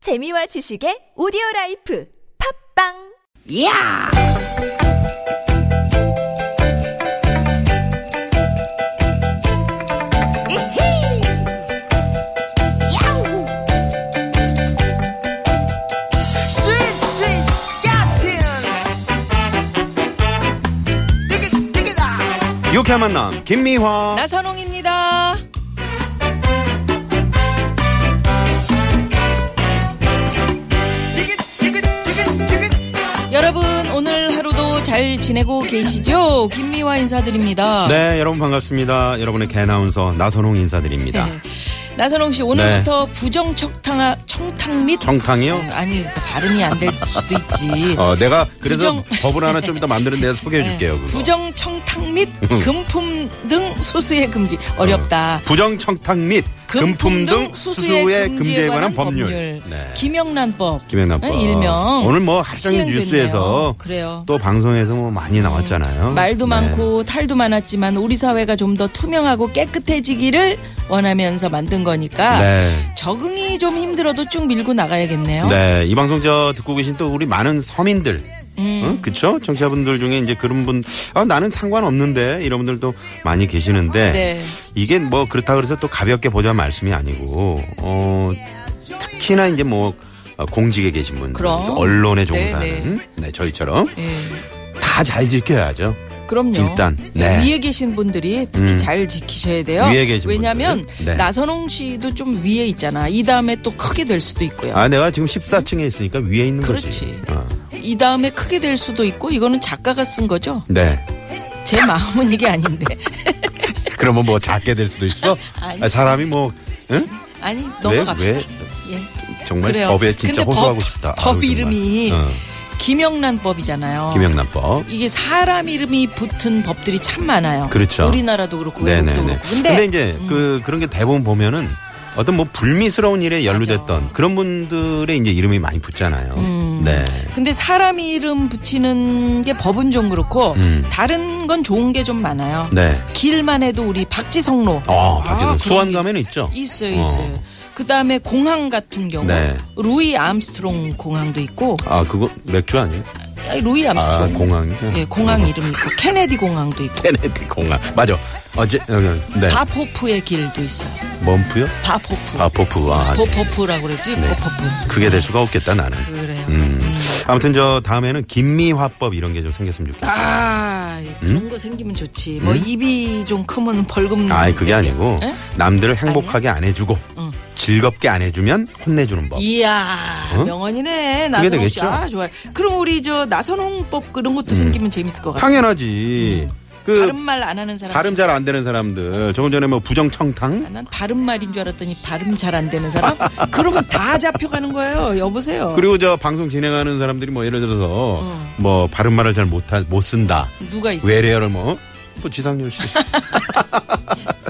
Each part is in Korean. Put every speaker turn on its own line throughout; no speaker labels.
재미와 지식의 오디오 라이프 팝빵
야! 이히! 야우! 스윗, 스윗, 야틴! 띠기, 띠기다!
유쾌한 만남 김미화
나선홍입니다. 띠기, 띠기, 띠기, 띠기.
여러분 오늘 하루도 잘 지내고 계시죠? 김미화 인사드립니다.
네 여러분 반갑습니다 여러분의 개나운서 나선홍 인사드립니다
네. 나선홍 씨 오늘부터 부정 청탕 청탕 및
네. 청탕이요?
네, 아니 발음이 안 될 수도 있지.
어, 내가 그래서
부정- 네.
법을 하나 좀 이따 만드는 데 소개해 줄게요 그거. 음.
부정 청탕 및 금품 등 소수의 금지 어렵다.
부정 청탁 및 금품 등 수수의 금지에 관한 법률, 네.
김영란법
김영란법
네, 일명
오늘 뭐 학생
시행됐네요.
뉴스에서
그래요.
또 방송에서 뭐 많이 나왔잖아요
말도
네.
많고 탈도 많았지만 우리 사회가 좀 더 투명하고 깨끗해지기를 원하면서 만든 거니까
네.
적응이 좀 힘들어도 쭉 밀고 나가야겠네요.
네, 이 방송 저 듣고 계신 또 우리 많은 서민들.
네.
응? 그쵸? 청취자분들 중에 이제 그런 분, 아, 나는 상관없는데, 이런 분들도 많이 계시는데,
네.
이게 뭐 그렇다고 해서 또 가볍게 보자는 말씀이 아니고, 어, 특히나 이제 뭐, 어, 공직에 계신 분들,
그럼.
또 언론에
네,
종사하는, 네, 저희처럼
예,
다 잘 지켜야죠.
그럼요.
일단,
예,
네.
위에 계신 분들이 특히
음.
잘 지키셔야 돼요.
위에 계신
왜냐하면
분들. 네.
나선홍 씨도 좀 위에 있잖아. 이 다음에 또 크게 될 수도 있고요.
아, 내가 지금 14층에 있으니까 위에 있는 거지.
그렇지.
어,
이 다음에 크게 될 수도 있고 이거는 작가가 쓴 거죠.
네.
제 마음은 이게 아닌데.
그러면 뭐 작게 될 수도 있어?
아니.
아, 사람이 뭐, 응?
아니
왜,
넘어갑시다.
왜
예.
정말
그래요.
법에 진짜
근데
호소하고
법-
싶다.
법
아유, 정말.
이름이
어,
김영란법이잖아요.
김영란법.
이게 사람 이름이 붙은 법들이 참 많아요.
그렇죠.
우리나라도 그렇고 음. 외국도
네네네.
그렇고.
근데, 이제 그 그런 게 대부분 보면은 어떤 뭐 불미스러운 일에 연루됐던
맞아. 음.
그런 분들의 이제 이름이 많이 붙잖아요. 네.
근데 사람 이름 붙이는 게 법은 좀 그렇고
음.
다른 건 좋은 게 좀 많아요.
네.
길만 해도 우리 박지성로
어, 박지성
아, 그런
수원
게
가면 있죠.
있어요,
어.
있어요. 그다음에 공항 같은 경우
네.
루이 암스트롱 공항도 있고
아, 그거 맥주 아니에요?
아니, 루이
아,
암스트롱
공항. 어.
예, 공항 이름 있고 케네디 공항도 있고
케네디 공항. 맞아. 어제 여기 네.
바포프의 길도 있어요.
먼프요?
바포프.
아, 포프. 아, 네.
보포프라고 그러지. 보포프.
그게 될 수가 없겠다 나는.
그래요.
음. 아무튼 저 다음에는 김미화법 이런 게 좀 생겼으면 좋겠어요.
아 그런 거 생기면 좋지. 뭐 입이 좀 크면 벌금.
음?
예?
아이 그게 아니고
에?
남들을 행복하게 안 해주고 즐겁게 안 해주면 혼내주는 법.
이야
어?
명언이네 나선홍 씨.
되겠죠?
아 좋아요. 그럼 우리 저 나선홍법 그런 것도 생기면 재밌을 것 같아요.
당연하지. 그 발음,
발음 말 안 하는 사람. 아,
잘 안 되는 사람들. 조금 전에 뭐 부정청탕.
난 발음 말인 줄 알았더니 발음 잘 안 되는 사람. 그러면 다 잡혀가는 거예요. 여보세요.
그리고 저 방송 진행하는 사람들이 뭐 예를 들어서 뭐 바른 말을 잘 못 못 쓴다.
누가 있어?
외래어를 뭐 또 지상렬 씨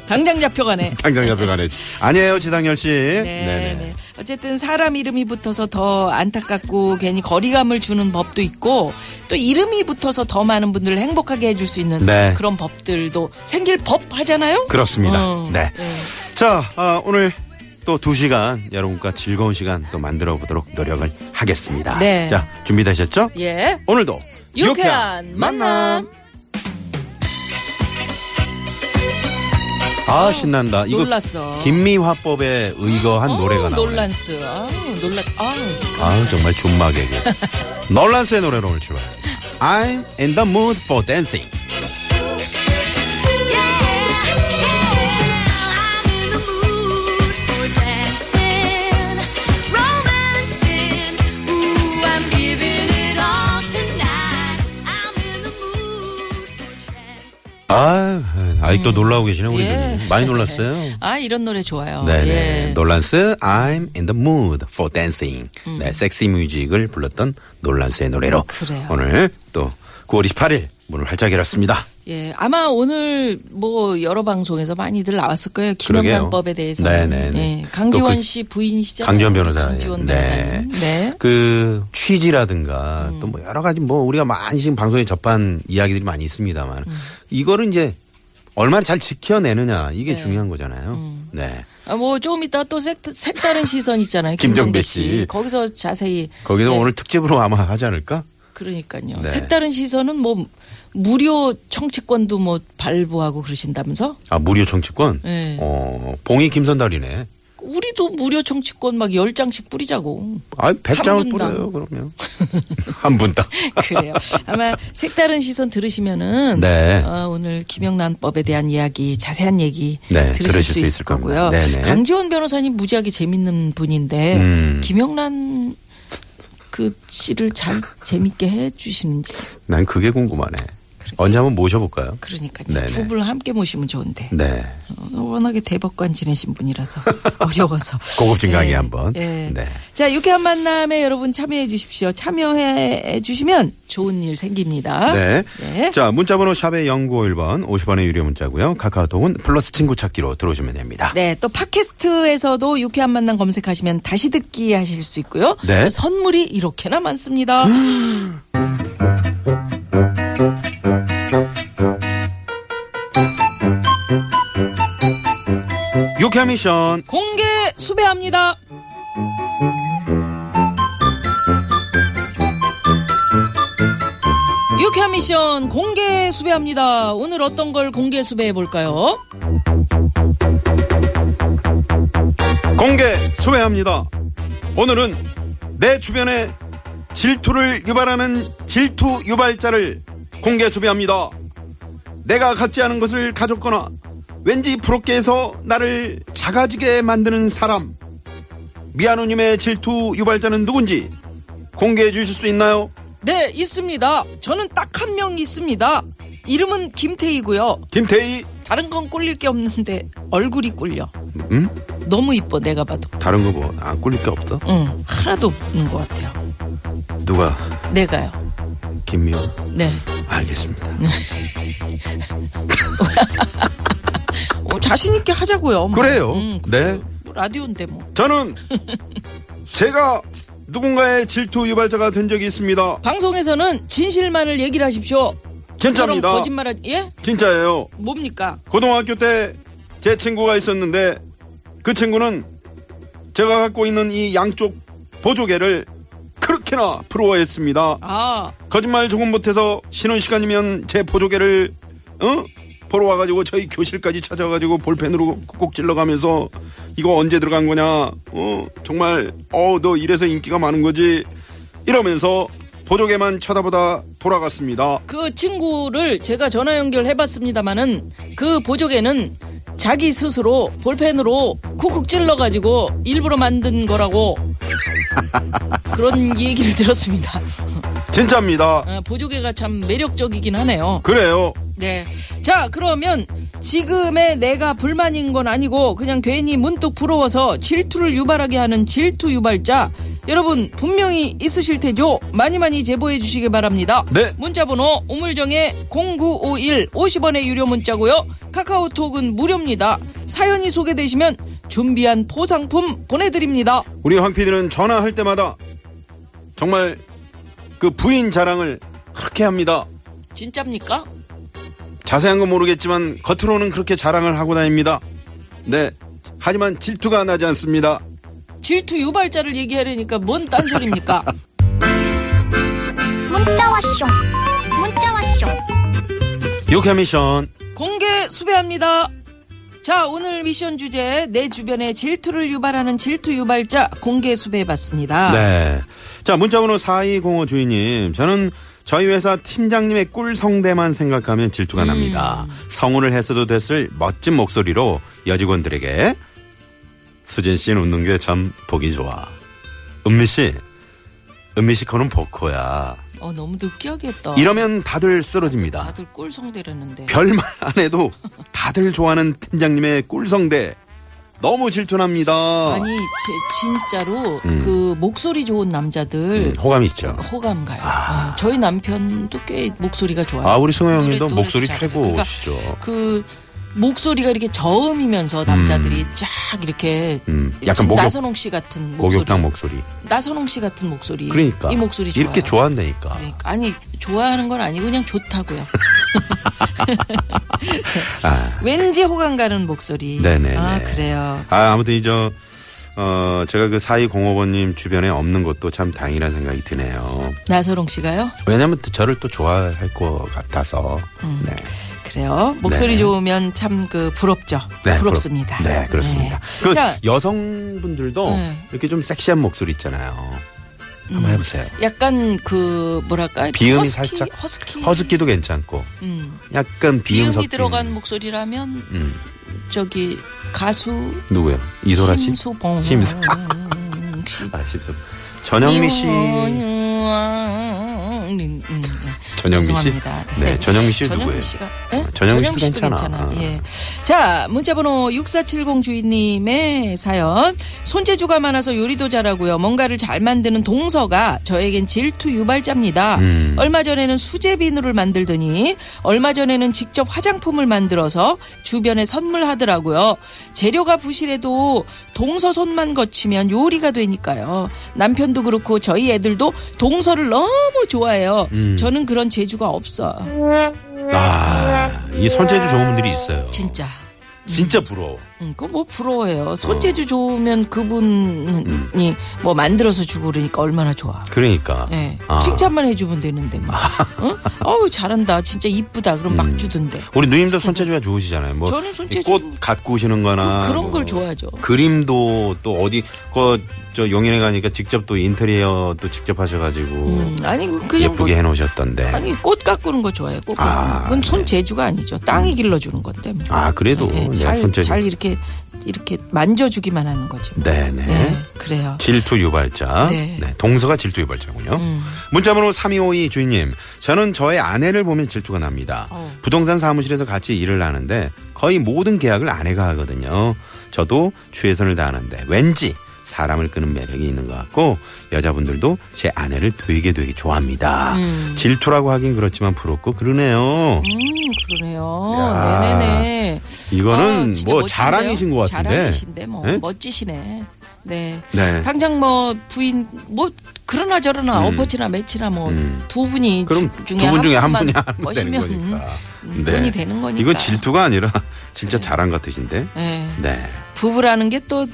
당장 잡혀가네.
당장 옆에 가네지. 아니에요 지상렬 씨.
네,
네네.
네. 어쨌든 사람 이름이 붙어서 더 안타깝고 괜히 거리감을 주는 법도 있고 또 이름이 붙어서 더 많은 분들을 행복하게 해줄 수 있는
네.
그런 법들도 생길 법 하잖아요.
그렇습니다.
어,
네.
네.
자 아, 오늘 또 두 시간 여러분과 즐거운 시간 또 만들어 보도록 노력을 하겠습니다.
네.
자 준비되셨죠?
예.
오늘도
유쾌한 만남.
아 신난다. 이거
놀랐어.
김미화법에 의거한
어우,
노래가 나와요.
논란스. 아우, 논란. 아우.
아 정말 준막에게. 놀란스의 노래로 오늘 출발. I'm in the mood for dancing.
I'm in the mood for dancing, romancing. Ooh, I'm giving it all tonight. I'm in the mood for dancing.
아 아직도
음.
놀라고 계시네 우리 들 많이 놀랐어요.
아, 이런 노래 예. 좋아요.
네네.
예.
놀란스 I'm in the mood for dancing. 네, 섹시 뮤직을 불렀던 놀란스의 노래로
음. 그래요.
오늘 또 9월 28일 문을 활짝 열었습니다.
예, 아마 오늘 뭐 여러 방송에서 많이들 나왔을 거예요.
그러게요.
김영란법에 대해서.
네네네.
예, 강지원
또그
씨 부인이시잖아요.
강지원 변호사.
강지원 변호사님. 네.
그 취지라든가 또 뭐 여러 가지 뭐 우리가 많이 지금 방송에 접한 이야기들이 많이
음.
있습니다만 이거를 이제 얼마나 잘 지켜내느냐 이게 중요한 거잖아요. 네.
아, 뭐 조금 이따 또 색, 색다른 시선 있잖아요.
김정배 씨.
거기서 자세히
거기서
네,
오늘 특집으로 아마 하지 않을까?
그러니까요.
네.
색다른 시선은 뭐 무료 청취권도 뭐 발부하고 그러신다면서?
아 무료 정치권.
네.
어 봉이 김선달이네.
우리도 무료 청취권 막 열장씩 뿌리자고.
아, 100장을
분당.
뿌려요, 그러면. 한 분당.
그래요. 아마 색다른 시선 들으시면은
네.
어, 오늘 김영란법에 대한 이야기 자세한 얘기
네,
들으실, 수 있을
겁니다.
거고요.
네네.
강지원 변호사님 무지하게 재밌는 분인데
음.
김영란 그 씨를 잘 재밌게 해 주시는지
난 그게 궁금하네. 언제 한번 모셔볼까요?
그러니까요.
네네.
두 분을 함께 모시면 좋은데
네.
어, 워낙에 대법관 지내신 분이라서 어려워서
고급진 강의
예,
한번.
예.
네.
자 유쾌한 만남에 여러분 참여해 주십시오. 참여해 주시면 좋은 일 생깁니다.
네.
네.
자, 문자번호 샵의 0951번 50원의 유료 문자고요. 카카오톡은 플러스 친구 찾기로 들어오시면 됩니다.
네, 또 팟캐스트에서도 유쾌한 만남 검색하시면 다시 듣기 하실 수 있고요.
네.
또 선물이 이렇게나 많습니다.
유쾌 미션.
공개 수배합니다. 유쾌한 미션 공개 수배합니다. 오늘 어떤 걸 공개 수배해 볼까요?
공개 수배합니다. 오늘은 내 주변에 질투를 유발하는 질투 유발자를 공개 수배합니다. 내가 갖지 않은 것을 가졌거나 왠지 부럽게 해서 나를 작아지게 만드는 사람. 미아노님의 질투 유발자는 누군지 공개해 주실 수 있나요?
네, 있습니다. 저는 딱 한 명 있습니다. 이름은 김태희고요.
김태희.
다른 건 꿀릴 게 없는데 얼굴이 꿀려.
음?
너무 이뻐 내가 봐도.
다른 거 뭐, 안 꿀릴 게 없다?
응, 하나도 없는 것 같아요.
누가?
내가요.
김미호.
네.
알겠습니다.
어, 자신 있게 하자고요. 뭐.
그래요.
음,
네.
뭐 라디오인데 뭐.
저는 제가 누군가의 질투 유발자가 된 적이 있습니다.
방송에서는 진실만을 얘기를 하십시오.
진짜입니다.
그럼 거짓말하 예?
진짜예요.
뭡니까?
고등학교 때 제 친구가 있었는데 그 친구는 제가 갖고 있는 이 양쪽 보조개를 그렇게나 부러워했습니다.
아,
거짓말 조금 못해서 쉬는 시간이면 제 보조개를 어? 보러 와가지고 저희 교실까지 찾아가지고 볼펜으로 꾹꾹 찔러가면서 이거 언제 들어간 거냐 어 정말 어 너 이래서 인기가 많은 거지 이러면서 보조개만 쳐다보다 돌아갔습니다
그 친구를 제가 전화 연결해봤습니다만은 그 보조개는 자기 스스로 볼펜으로 쿡쿡 찔러가지고 일부러 만든 거라고 그런 얘기를 들었습니다.
진짜입니다
아, 보조개가 참 매력적이긴 하네요.
그래요
네. 자, 그러면 지금의 내가 불만인 건 아니고 그냥 괜히 문득 부러워서 질투를 유발하게 하는 질투 유발자. 여러분 분명히 있으실 테죠? 많이 많이 제보해 주시기 바랍니다.
네.
문자번호 우물정에 0951 50원의 유료 문자고요. 카카오톡은 무료입니다. 사연이 소개되시면 준비한 포상품 보내드립니다.
우리 황 PD는 전화할 때마다 정말 그 부인 자랑을 그렇게 합니다
진짜입니까?
자세한 건 모르겠지만 겉으로는 그렇게 자랑을 하고 다닙니다 네 하지만 질투가 나지 않습니다
질투 유발자를 얘기하려니까 뭔 딴소리입니까?
문자 왔쇼 문자 왔쇼
유쾌 미션
공개 수배합니다. 자, 오늘 미션 주제 내 주변에 질투를 유발하는 질투 유발자 공개 수배해봤습니다.
네. 자, 문자번호 4205 주인님. 저는 저희 회사 팀장님의 꿀성대만 생각하면 질투가 납니다. 성우를 했어도 됐을 멋진 목소리로 여직원들에게 수진 씨는 웃는 게 참 보기 좋아. 은미 씨, 은미 씨 거는 보코야.
어, 너무 느끼하겠다.
이러면 다들 쓰러집니다.
다들 꿀성대라는데.
별말 안 해도 다들 좋아하는 팀장님의 꿀성대. 너무 질투납니다.
아니, 제, 진짜로
음.
그 목소리
음,
좋은 남자들
호감 있죠.
호감 가요. 어, 저희 남편도 꽤 목소리가 좋아요.
아, 우리 승호 형님도
노래, 노래도
목소리
잘하죠.
최고시죠.
그러니까 그 목소리가 이렇게 저음이면서 남자들이 쫙 이렇게
음, 약간 목욕-
나선홍 씨 같은 목소리.
목욕탕 목소리.
나선홍 씨 같은 목소리.
그러니까
이 목소리 좋아요. 네.
이렇게 좋아한다니까.
그러니까 아니 좋아하는 건 아니고 그냥 좋다고요. 왠지 호감 가는 목소리.
아. 네네네.
아, 그래요.
아, 아무튼 이저 어, 제가 그 4205번님 주변에 없는 것도 참 다행이라는 생각이 드네요.
나서롱 씨가요?
왜냐면 또 저를 또 좋아할 것 같아서.
음.
네.
그래요. 목소리
네.
좋으면 참 그 부럽죠.
네,
부럽습니다.
부럽- 네, 그렇습니다.
네.
그
자,
여성분들도
네. 음.
이렇게 좀 섹시한 목소리 있잖아요. 한번 해보세요.
약간 그 뭐랄까
비음이
허스키?
살짝
허스키
허스키도 괜찮고
음.
약간 비음
비음이
섞인.
들어간 목소리라면
음.
저기 가수
누구요? 이소라 씨?
심수봉 음,
심수-
씨.
아, 심수. 전영미 씨.
음, 음.
전영미 씨?
죄송합니다.
네, 전영미 씨
전영미
누구예요?
씨가 예?
전영미
전영미
씨도
씨도 괜찮아.
괜찮아. 어.
예. 자, 문자번호 6470 주인님의 사연. 손재주가 많아서 요리도 잘하고요. 뭔가를 잘 만드는 동서가 저에겐 질투 유발자입니다.
음.
얼마 전에는 수제 비누를 만들더니 얼마 전에는 직접 화장품을 만들어서 주변에 선물하더라고요. 재료가 부실해도 동서 손만 거치면 요리가 되니까요. 남편도 그렇고 저희 애들도 동서를 너무 좋아해요.
음.
저는 그런 재주가 없어.
아, 이 손재주 좋은 분들이 있어요.
진짜.
진짜 부러워.
음, 그거 뭐 부러워요. 손재주 좋으면 그분이 뭐 만들어서 주고 그러니까 얼마나 좋아.
그러니까.
예.
아.
칭찬만 해주면 되는데 막. 응? 어우 잘한다. 진짜 이쁘다. 그럼
음.
막 주던데.
우리 누님도 손재주가 좋으시잖아요. 뭐
저는 손재주-
이꽃 가꾸시는 거나
그- 그런
뭐
걸 좋아하죠.
그림도 또 어디 거저 용인에 가니까 직접 또 인테리어도 직접 하셔 가지고
음, 아니 그냥 뭐,
예쁘게 해 놓으셨던데.
아니 꽃 가꾸는 거 좋아해요. 꽃 가꾸는
아,
거. 그건
네.
손재주가 아니죠. 땅이 길러주는 건데. 뭐.
아, 그래도
예,
네,
잘,
손재주.
잘 이렇게 이렇게 만져주기만 하는 거지. 뭐.
네, 네.
예, 그래요.
질투 유발자.
네. 음.
네. 동서가 질투 유발자군요. 문자번호 3252 주인님. 저는 저의 아내를 보면 질투가 납니다.
어.
부동산 사무실에서 같이 일을 하는데 거의 모든 계약을 아내가 하거든요. 저도 최선을 다하는데 왠지 사람을 끄는 매력이 있는 것 같고 여자분들도 제 아내를 되게 되게 좋아합니다. 질투라고 하긴 그렇지만 부럽고 그러네요.
음 그러네요.
야.
네네네.
이거는
아, 진짜
뭐
멋진데요?
자랑이신 것 같은데.
자랑이신데 뭐
예?
멋지시네. 네.
네.
당장 뭐 부인 뭐 그러나 저러나
음.
엎어치나 매치나 뭐 두
음.
분이
그럼 두
주-
분 중에 한 분이 하면
분만
되는
멋이면,
거니까. 네.
음, 돈이 되는 거니까. 네.
이건 질투가 아니라 진짜 자랑 같으신데.
예.
네.
부부라는 게 또 더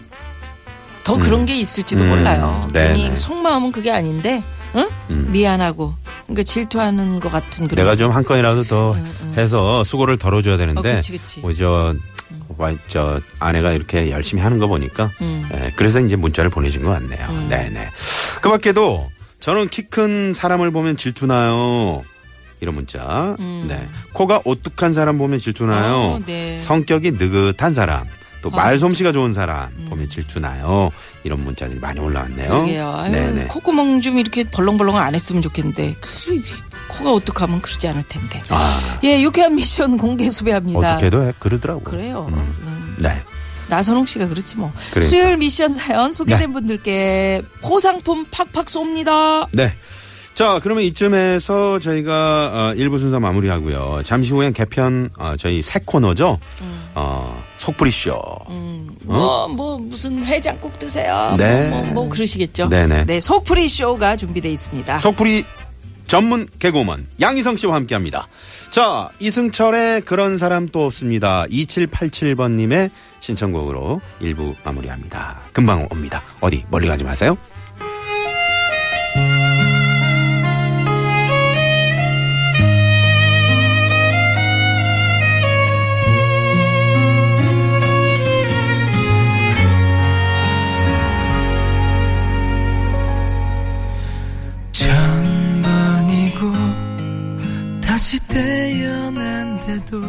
그런 게 있을지도
음.
몰라요.
네네.
괜히 속마음은 그게 아닌데, 응?
음.
미안하고 그러니까 질투하는 것 같은 그런.
내가 좀 한 건이라도 더 해서 수고를 덜어줘야 되는데.
음, 어, 그치, 그치.
뭐 저, 와, 저 아내가 이렇게 열심히 하는 거 보니까.
음.
예, 그래서 이제 문자를 보내신 것 같네요. 네네. 그 밖에도 저는 키 큰 사람을 보면 질투나요. 이런 문자. 네. 코가 오뚝한 사람 보면 질투나요.
음. 어, 네. 아,
성격이 느긋한 사람. 또 말솜씨가 좋은 사람 보면 질투나요. 이런 문자들이 많이 올라왔네요.
음. 그러게요. 아유,
어? 네네.
콧구멍 좀 이렇게 벌렁벌렁 안 했으면 좋겠는데, 그 이제 코가 오뚝하면 그러지 않을 텐데.
아,
예, 유쾌한 미션 공개 수배합니다.
어떻게도 해- 그러더라고요.
그래요. 음.
네.
나선홍 씨가 그렇지 뭐.
그러니까.
수요일 미션 사연 소개된 분들께 포상품 팍팍 쏩니다.
네. 자, 그러면 이쯤에서 저희가 어, 1부 순서 마무리하고요. 잠시 후엔 개편 어, 저희 새 코너죠. 어, 속풀이쇼.
뭐, 뭐, 무슨 해장국 드세요.
어? 네.
뭐, 뭐, 뭐 그러시겠죠.
네네.
네, 속풀이 쇼가 준비되어 있습니다.
속풀이 전문 개그우먼 양희성 씨와 함께합니다. 자, 이승철의 그런 사람 또 없습니다. 2787번님의 신청곡으로 1부 마무리합니다. 금방 옵니다. 어디 멀리 가지 마세요.
천번이고 다시 태어난데도